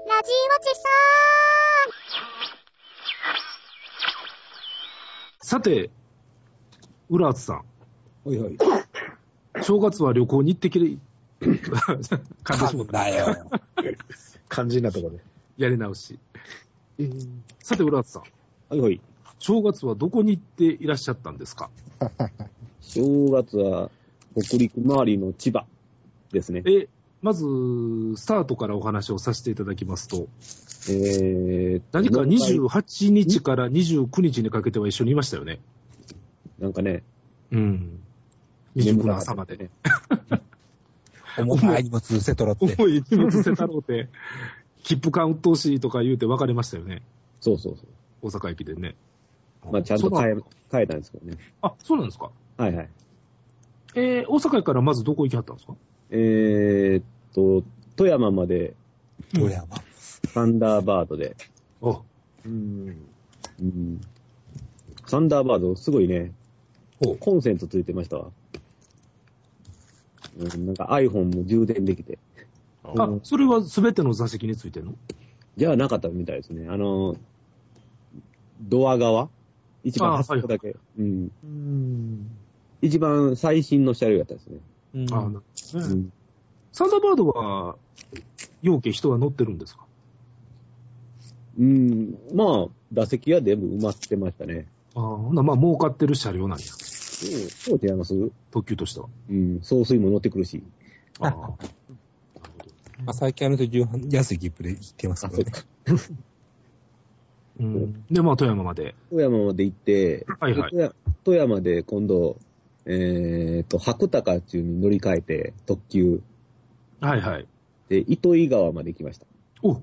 ちそさて、浦厚さん。おいおい。正月は旅行に行ってき れ、感じしもうただよ。肝心なところで。やり直し。さて、浦厚さん。おいおい。正月はどこに行っていらっしゃったんですか正月は、北陸周りの千葉ですね。え、まず、スタートからお話をさせていただきますと、えー、何かもう一28日から29日にかけては一緒にいましたよね。回なんかね、うん。29の朝まで。ね。重たい荷物、せとろって。 重い荷物せたろうて、切符買うっとうしいとか言うて別れましたよね。そうそうそ大阪駅でね。う。まあ、ちゃんと変えそう、変えたんですけどね。あ、そうなんですか。はいはい。えー大阪駅からまずどこ行きはったんですかえーっと、富山までどれやま。サンダーバードで、あ、うん。うん。サンダーバード、すごいねほう、コンセントついてましたわ。うん、なんか iPhone も充電できて。あそれは全ての座席についてんのじゃあなかったみたいですね。あの、ドア側一あ番ー端っこだけ、うん。うん。一番最新の車両やったですね。うんあなるほどねうんサンダーバードは、要件人は乗ってるんですかうん。まあ、打席は全部埋まってましたね。ああ、ほな、まあ、儲かってる車両なんや。そう違います特急としては。うん。総帥も乗ってくるし。ああ。なるほまあ、最近あの人、安い切符で行ってますけどね。ど。うん。で、まあ、富山まで。富山まで行って、はいはい。で富山で今度、えー、と、白鷹中に乗り換えて、特急。はいはい。で、糸魚川まで行きました。お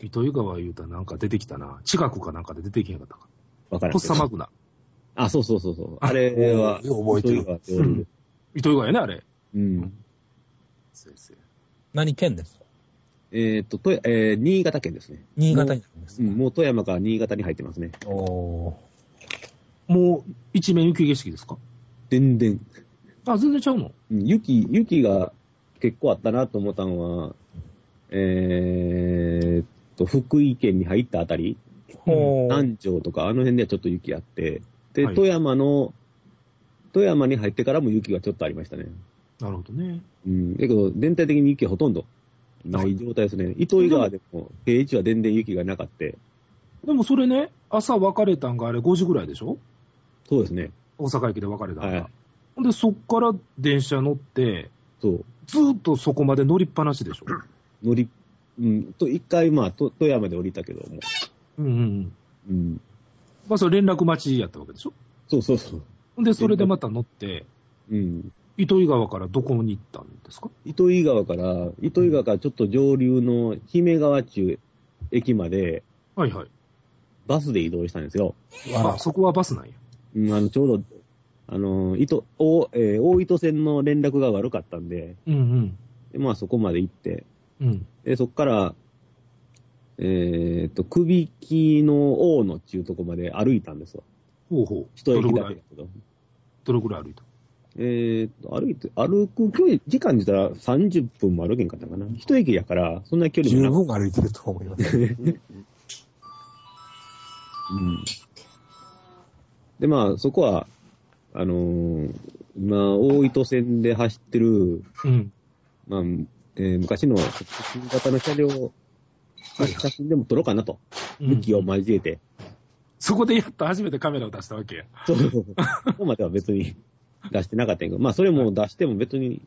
糸魚川言うたらなんか出てきたな。近くかなんかで出てきへんかったか。わからんポッけどサマグナ。あ、そうそうそうそう。あれは、よう覚えてる糸魚川って俺で糸魚川やね、あれ。うん。何県ですかえっ、と、と、えー新潟県ですね。新潟になりますう。ん、もう富山から新潟に入ってますね。おー。もう、一面雪景色ですか全然。あ、全然ちゃうのうん雪、雪が結構あったなと思ったのは、えー、と、福井県に入ったあたり、ほー。南城とか、あの辺ではちょっと雪あって、で、はい富山の、富山に入ってからも雪がちょっとありましたね。なるほどね。うん。だけど、全体的に雪はほとんどない状態ですね。糸魚川でも、平地は全然雪がなかった。でもそれね、朝別れたんがあれ5時ぐらいでしょそうですね。大阪駅で別れたんが。はいほんで、そっから電車乗って、そう。ずーっとそこまで乗りっぱなしでしょ。乗り、うん、と、一回、まあ、と富山で降りたけども、うんうんうん。うん。まあ、それ連絡待ちやったわけでしょ。そうそうそう。ほんで、それでまた乗って、うん。糸魚川からどこに行ったんですか糸魚川から、糸魚川からちょっと上流の姫川中駅まで、はいはい。バスで移動したんですよ。ああ、そこはバスなんや。うん、あの、ちょうど、あの、糸、大、えー大糸線の連絡が悪かったんで、うんでまあそこまで行って、うん。うん。で、そこから、えーっと、首木の大野っていうとこまで歩いたんですよ。ほうほう。一どれ駅ぐだらけだい、けど。どれぐらい歩いたえーっと、歩いて、歩く距離、時間にしたら30分も歩けんかったかな。一駅やから、そんな距離十もなく分歩いてると思います。うんで、まあ、そこは、あのー今、大糸線で走ってる、うん。まあ、えー昔の新型の車両を、まあ写真でも撮ろうかなと。うん気を交えて。そこでやっと初めてカメラを出したわけや。そうそうそう。そこまでは別に出してなかったんやけど、まあ、それも出しても別に、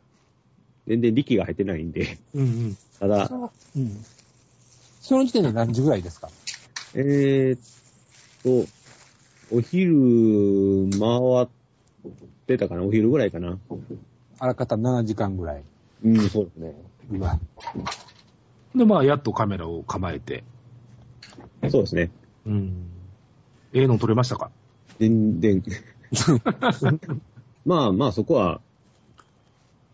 全然力が入ってないんで、うんうん。ただ、うん。その時点で何時ぐらいですかえー、っと、お昼回ってたかなお昼ぐらいかなあらかた7時間ぐらい。うん、そうですね。うわ。で、まあ、やっとカメラを構えて。そうですね。うん。ええの撮れましたか全 然。まあまあそこは、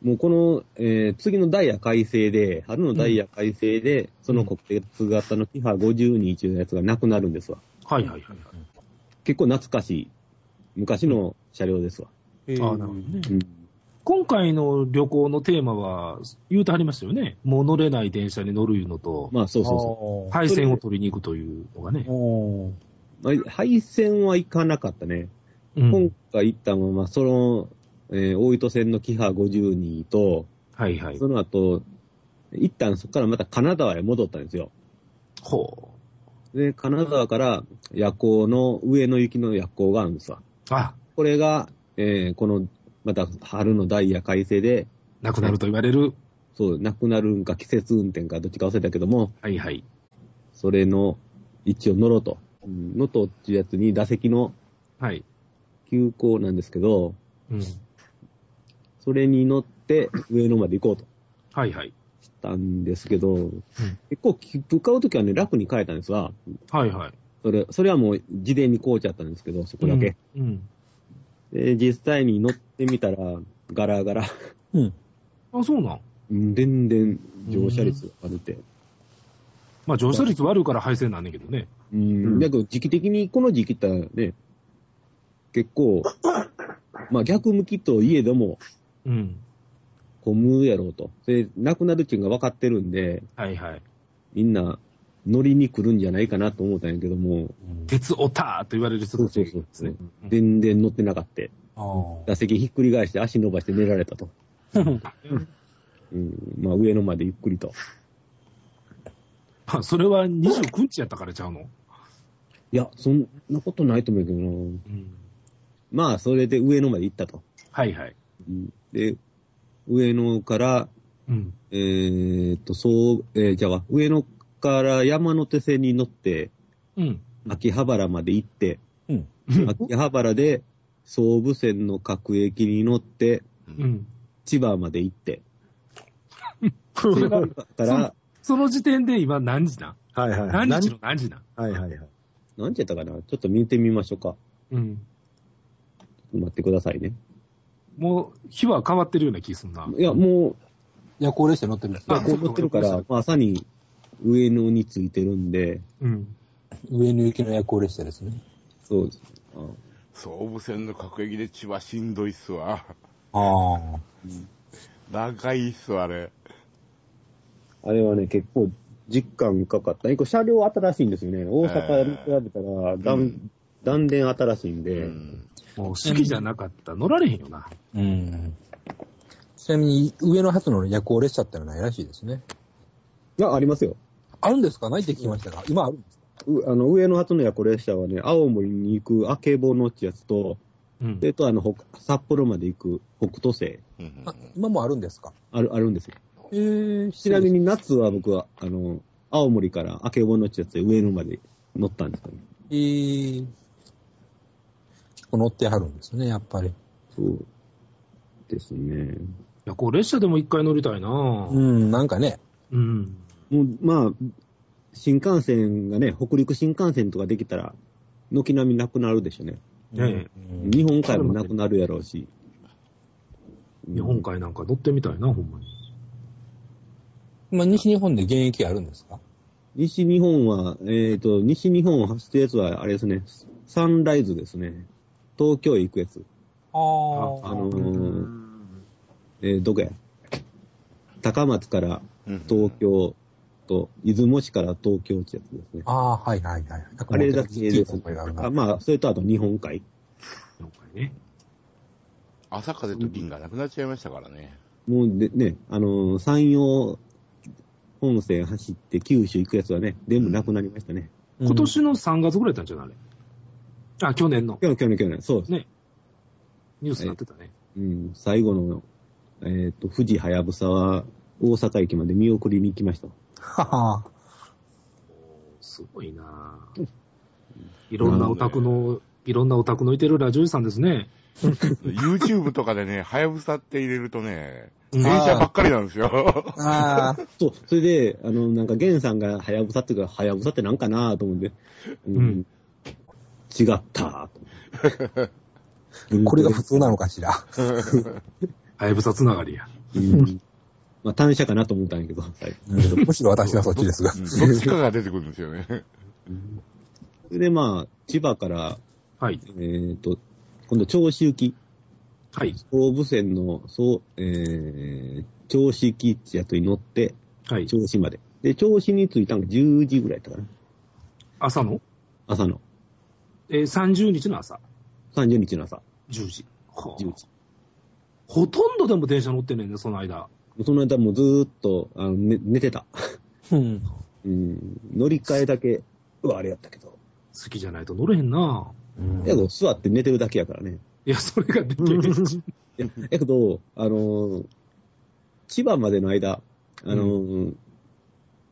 もうこの、えー次のダイヤ改正で、春のダイヤ改正で、その国鉄型の p ハ52中のやつがなくなるんですわ。はいはいはい。結構懐かしい、昔の車両ですわ。えああ、なるほどね。うん今回の旅行のテーマは、言うてはりましたよね。もう乗れない電車に乗るいうのと、まあそうそうそそう配線を取りに行くというのがね。おーう。まあ、配線は行かなかったね。うん今回行ったのは、まあ、その、えー大糸線のキハ52と、はいはい。その後、一旦そこからまた金沢へ戻ったんですよ。ほで、金沢から夜行の、上の雪の夜行があるんですわ。う。あ、これが、えーこの、また春のダイヤ改正で、なくなると言われる。そう、なくなるんか季節運転かどっちか忘れたけども、はいはい。それの一応乗ろうと。うん乗とっていうやつに打席のはい。急行なんですけど、うん。それに乗って上野まで行こうとはいはい。したんですけど、結構切符買うときはね、楽に買えたんですわ。はいはい。それ、それはもう事前に買うちゃったんですけど、そこだけ。うん。で、実際に乗ってみたら、ガラガラ。 うん。うん。あ、そうなん。うん全然乗車率が悪くて。まあ、乗車率悪いから配線なんだけどね。うん。だけど時期的にこの時期ってね、結構、まあ逆向きといえどもうん。混むやろうと。で、なくなるっていうのが分かってるんで、はいはい。みんな乗りに来るんじゃないかなと思ったんやけども、鉄オターと言われる人たちがいるんですね。うん全然乗ってなかった。あー打席ひっくり返して足伸ばして寝られたと。うん うん。まあ上野までゆっくりと。まあそれは29日やったからちゃうの。いや、そんなことないと思うけどな。うん。まあそれで上野まで行ったと。はいはい。うんで、上野から、うん。えーっと、そう、えーじゃあ、上野から山手線に乗って、うん。秋葉原まで行って、うん。秋葉原で、総武線の各駅に乗って、うん。千葉まで行って、それが、から、 その時点で今何時なんはいはいはい。何日の何時なん何はいはいはい。何時やったかなちょっと見てみましょうか。うん。待ってくださいね。もう、日は変わってるような気すんな。いや、も夜行列車乗ってるんですう、あかこう乗ってるかそらう、まあ朝に上野に着いてるんで、うん。上の雪の夜行列車ですね。そうです。あ総武線の各駅で千葉しんどいっすわ。ああ。長いっすわ、あれ。あれはね、結構、実感かかった。一個車両新しいんですよね。大阪に比べたら、断、うん断然新しいんで、うん。もう好きじゃなかったら乗られへんよな。うん。ちなみに、上野発の夜行列車ってのはないらしいですね。いや、ありますよ。あるんですかないって聞きましたが。今あるんですかうあの、上野初の夜行列車はね、青森に行くあけぼのってやつと、うんそ。れとあの、ほ札幌まで行く北斗星、うんあ今もあるんですかある、あるんですよ。えー、ちなみに夏は僕は、あの、青森からあけぼのってやつで上野まで乗ったんですよね。えー、結構乗ってはるんですね、やっぱり。そうですね。いや、こう列車でも一回乗りたいなう。ん、なんかね。うん。もう、まあ、新幹線がね、北陸新幹線とかできたら、軒並みなくなるでしょうね。ねうん日本海もなくなるやろうし。日本海なんか乗ってみたいな、ほんまに。まあ、西日本で現役あるんですか西日本は、えっ、と、西日本を走ってるやつは、あれですね、サンライズですね。東京へ行くやつ。あああのーえーどこや高松から東京と、出雲市から東京ってやつですね。あー、はいはいはい。なんかあれだけ聞でいすた覚えがあるあな。まあ、それとあと日本海。日本海ね。朝風と銀がなくなっちゃいましたからね。もうでね、あのー山陽本線走って九州行くやつはね、全部なくなりましたね。今 年の3月ぐらいだったんじゃないあれ。あ、去年の今日、今日、今日、そうです。ニュースになってたね。うん、最後の、えっ、と、富士はやぶさは大阪駅まで見送りに行きました。ははすごいなぁいろんなオタクの、いろんなオタクのいてるラジオさんですね。 YouTube とかでね、はやぶさって入れるとね、うん電車ばっかりなんですよ。ああ、そう、それで、あの、なんか、ゲンさんが、はやぶさっていうか、はやぶさってなんかなと思って、うんうん違ったーと これが普通なのかしら。はやぶさつながりや。うんまあ、単車かなと思ったんやけど、最後 うんむしろ私はそっちですがう。んどっちかが出てくるんですよね。それで、まあ、千葉から、はい。えっ、と、今度、長州行き。はい。総武線の、そう、えー、銚子キッチやとに乗って、はい。銚子まで。で、銚子に着いたのが10時ぐらいだったかな。朝の、朝の。えー、30日の朝、 30日の朝、 10時。はあ10時。ほとんどでも電車乗ってんねんね、その間。その間もうずーっと、あの、ね寝てた。 うん。うん、乗り換えだけ、うわ、あれやったけど。好きじゃないと乗れへんな。やけど、座って寝てるだけやからね。いや、それができ る。いや、やけど、あのー千葉までの間、あのー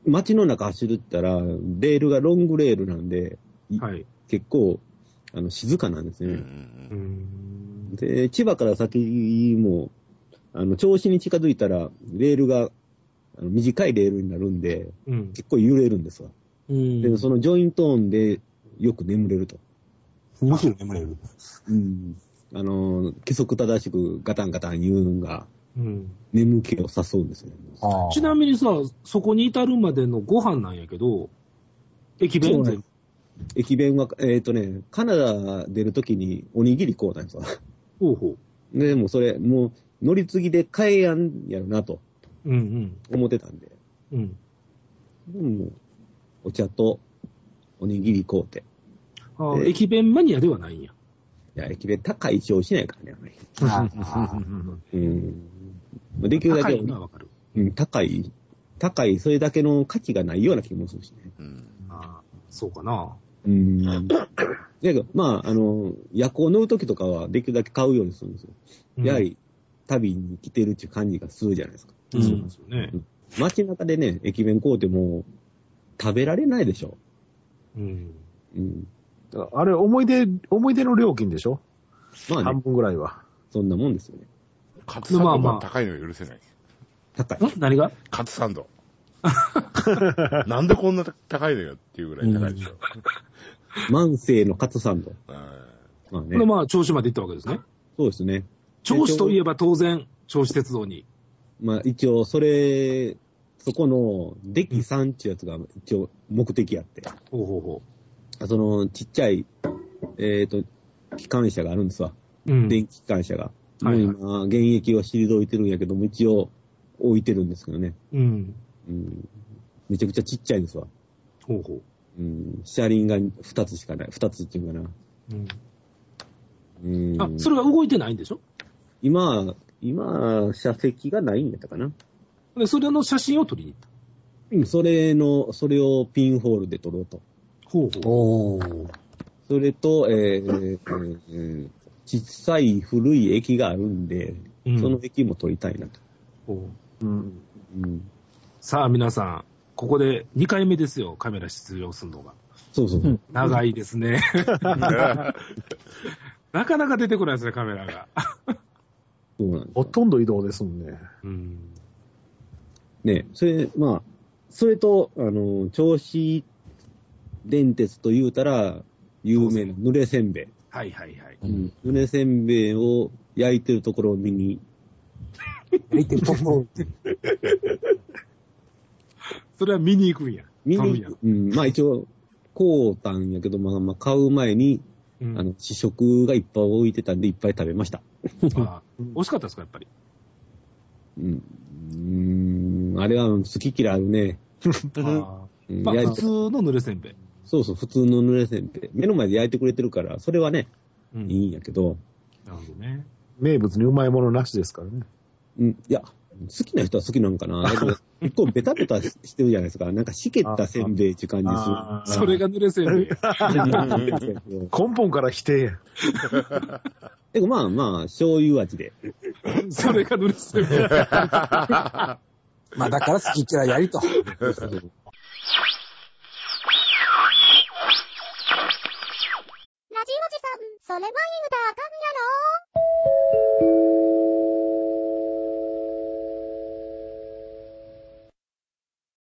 街の中走るったら、レールがロングレールなんで、はい。結構、あの、静かなんですうんうね。うーんん。で、千葉から先も、あの、調子に近づいたら、レールが、あの短いレールになるんで、うん。結構揺れるんですわ。うん。で、そのジョイントーンで、よく眠れると。むしろ眠れる。うん。あの、規則正しくガタンガタン言うのが、うん。眠気を誘うんですね。ああちなみにさ、そこに至るまでのご飯なんやけど、駅弁そうなん全で駅弁は、えっ、とね、カナダ出るときにおにぎりこうたんですわ。ほうほで、もうそれ、もう乗り継ぎで買えやんやろなとう。うん思ってたんで。うん。うん。でも、お茶とおにぎりこうて。ああえー駅弁マニアではないんや。いや、駅弁高い商しないからね、あんまり。あうん。まあできるだ高けいのはわかる。うん、高い、高い、それだけの価値がないような気もするしね。うんああそうかな。うん。だけど、まあ、あの、夜行乗るときとかはできるだけ買うようにするんですよ。うんやは、り、旅に来てるっていう感じがするじゃないですか。うんそうですよね。街中でね、駅弁買うても、食べられないでしょ。うん。うん。だからあれ、思い出、思い出の料金でしょまあ半ね、分ぐらいは。そんなもんですよね。カツサンドは高いのが許せない。高い。ん何がカツサン ド。なんでこんな高いのよっていうぐらい高いでしょ。万世のカツサンド。うんまあこねれ。まあ、銚子まで行ったわけですね。そうですね。銚子といえば当然、銚子鉄道に。まあ一応、それ、そこの、デキ3っていうやつが一応目的やって。ほうほうほあその、ちっちゃい、えっ、と、機関車があるんですわ。う。うん。電気機関車が。はいはいもう今、現役を退いてるんやけども、一応置いてるんですけどね。うん。うん。めちゃくちゃちっちゃいですわ。ほうほうん。車輪が2つしかない。2つっていうかな。う。うんうん。あ、それは動いてないんでしょ今、今、車席がないんやったかな。で、それの写真を撮りに行った。うんそれの、それをピンホールで撮ろうと。ほうあ。おーそれと、えーえーえー小さい古い駅があるんで、うんその駅も撮りたいなと。ほううん。うん。さあ、皆さん、ここで2回目ですよ、カメラ出場するのが。そうそうそう。長いですね。 なかなか出てこないですね、カメラが。そうなんですほよ。とんど移動ですもんね。うん。ね、それ、まあ、それと、あの、銚子電鉄と言うたら、有名な濡れせんべい。はいはいはい。うん濡れせんべいを焼いてるところを見に、見てると思う。それは見に行くんや。見買うんにや、うん、まあ一応、こうたんやけど、まあまあ買う前に、うんあの、試食がいっぱい置いてたんで、いっぱい食べました。あ惜しかったですか、やっぱり。うん。うーん、あれは好き嫌いあるね。あうんーまあ、焼普いて通の濡れせんべい。そうそう、普通の濡れせんべい。目の前で焼いてくれてるから、それはね、うんいいんやけど、なるほどね。名物にうまいものなしですからね。うん、いや、好きな人は好きなんかな。 だけど、一個ベタベタしてるじゃないですか。なんかしけったせんべいっていう感じそれが。が濡れせんべい。する。うん 根本から否定や。 でもまあまあ、醤油味で。それが濡れせんべい。まあだから好き嫌いやりと。ラジオジさん、それは言うたらあかんやろ